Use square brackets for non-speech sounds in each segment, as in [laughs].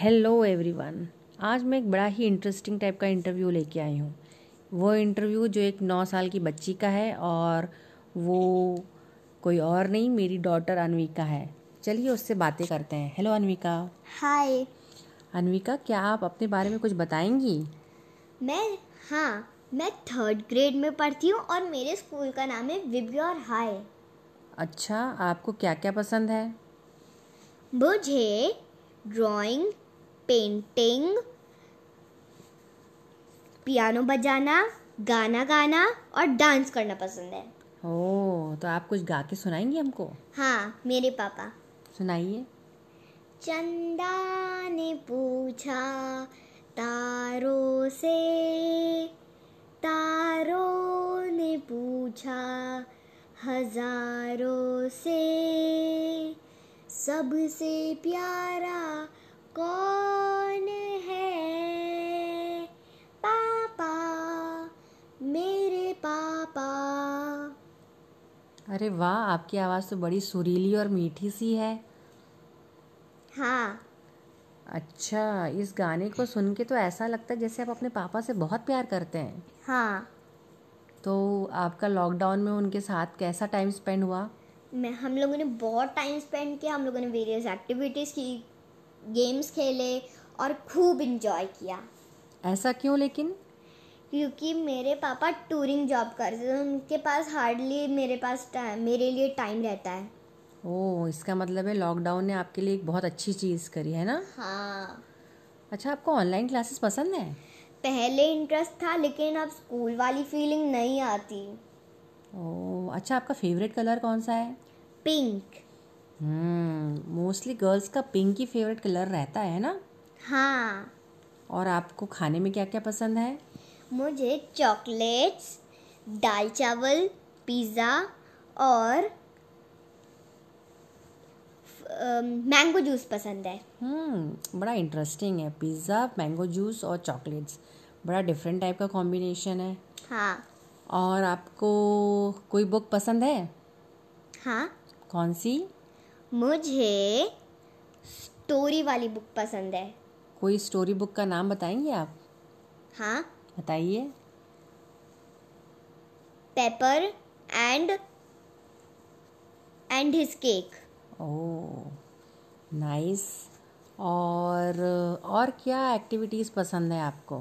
hello everyone आज मैं एक बड़ा ही इंटरेस्टिंग टाइप का इंटरव्यू लेके आई हूँ वो इंटरव्यू जो एक नौ साल की बच्ची का है और वो कोई और नहीं मेरी डॉटर अनविका है चलिए उससे बातें करते हैं हेलो अनविका हाय अनविका क्या आप अपने बारे में कुछ बताएंगी मैं हाँ मैं थर्ड ग्रेड में पढ़ती हूँ और मेरे स्कूल का नाम है विब्योर हाई अच्छा आपको क्या क्या पसंद है मुझे ड्राइंग पेंटिंग पियानो बजाना गाना गाना और डांस करना पसंद है ओह तो आप कुछ गा के सुनाएंगी हमको हाँ मेरे पापा सुनाइए चंदा ने पूछा तारों से तारों ने पूछा हजारों से सबसे प्यारा कौन है पापा मेरे पापा अरे वाह आपकी आवाज़ तो बड़ी सुरीली और मीठी सी है हाँ अच्छा इस गाने को सुन के तो ऐसा लगता है जैसे आप अपने पापा से बहुत प्यार करते हैं हाँ तो आपका लॉकडाउन में उनके साथ कैसा टाइम स्पेंड हुआ मैं हम लोगों ने बहुत टाइम स्पेंड किया हम लोगों ने वेरियस एक्टिविटीज़ की गेम्स खेले और खूब इंजॉय किया ऐसा क्यों लेकिन क्योंकि मेरे पापा टूरिंग जॉब करते थे उनके पास हार्डली मेरे पास टाइम मेरे लिए टाइम रहता है ओह इसका मतलब है लॉकडाउन ने आपके लिए एक बहुत अच्छी चीज़ करी है ना हाँ अच्छा आपको ऑनलाइन क्लासेस पसंद है पहले इंटरेस्ट था लेकिन अब स्कूल वाली फीलिंग नहीं आती ओह अच्छा आपका फेवरेट कलर कौन सा है पिंक हम्म मोस्टली गर्ल्स का पिंक ही फेवरेट कलर रहता है ना हाँ और आपको खाने में क्या क्या पसंद है मुझे चॉकलेट्स दाल चावल पिज़्ज़ा और मैंगो जूस पसंद है हम्म बड़ा इंटरेस्टिंग है पिज़्ज़ा मैंगो जूस और चॉकलेट्स बड़ा डिफरेंट टाइप का कॉम्बिनेशन है हाँ और आपको कोई बुक पसंद है हाँ कौन सी मुझे स्टोरी वाली बुक पसंद है कोई स्टोरी बुक का नाम बताएंगे आप हाँ बताइए pepper and and his cake oh nice और और क्या एक्टिविटीज़ पसंद है आपको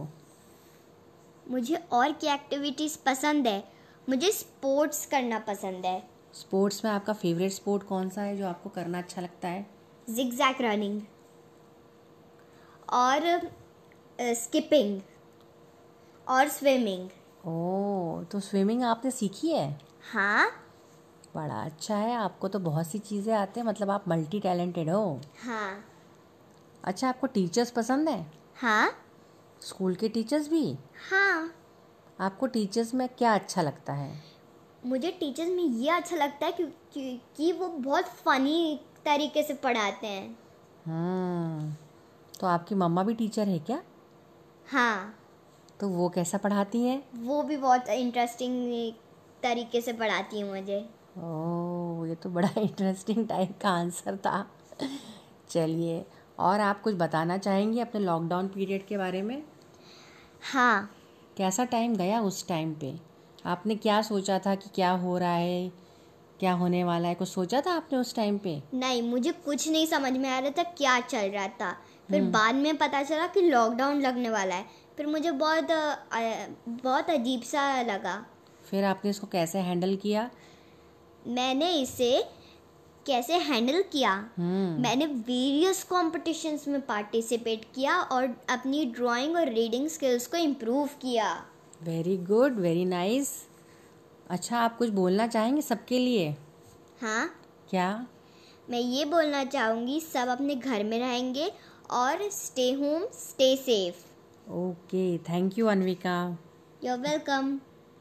मुझे और क्या एक्टिविटीज़ पसंद है मुझे स्पोर्ट्स करना पसंद है स्पोर्ट्स में आपका फेवरेट स्पोर्ट कौन सा है जो आपको करना अच्छा लगता है zigzag रनिंग और स्किपिंग और स्विमिंग ओह तो स्विमिंग आपने सीखी है हाँ बड़ा अच्छा है आपको तो बहुत सी चीज़ें आते हैं मतलब आप मल्टी टैलेंटेड हो हाँ अच्छा आपको टीचर्स पसंद है हाँ स्कूल के टीचर्स भी हाँ आपको टीचर्स में क्या अच्छा लगता है मुझे टीचर्स में ये अच्छा लगता है क्यों- क्योंकि वो बहुत फनी तरीके से पढ़ाते हैं हम्म तो आपकी मम्मा भी टीचर है क्या हाँ तो वो कैसा पढ़ाती हैं वो भी बहुत इंटरेस्टिंग तरीके से पढ़ाती है मुझे ओह ये तो बड़ा [laughs] इंटरेस्टिंग टाइप का आंसर था चलिए और आप कुछ बताना चाहेंगे अपने लॉकडाउन पीरियड के बारे में हाँ कैसा टाइम गया उस टाइम पे आपने क्या सोचा था कि क्या हो रहा है क्या होने वाला है कुछ सोचा था आपने उस टाइम पे नहीं मुझे कुछ नहीं समझ में आ रहा था क्या चल रहा था फिर बाद में पता चला कि लॉकडाउन लगने वाला है फिर मुझे बहुत अ, अ, बहुत अजीब सा लगा फिर आपने इसको कैसे हैंडल किया मैंने इसे कैसे हैंडल किया हम्म मैंने वेरियस कॉम्पिटिशन्स में पार्टिसिपेट किया और अपनी ड्राइंग और रीडिंग स्किल्स को इम्प्रूव किया वेरी गुड वेरी नाइस अच्छा आप कुछ बोलना चाहेंगे सबके लिए हाँ क्या मैं ये बोलना चाहूँगी सब अपने घर में रहेंगे और stay home stay safe okay thank you Anvika you're welcome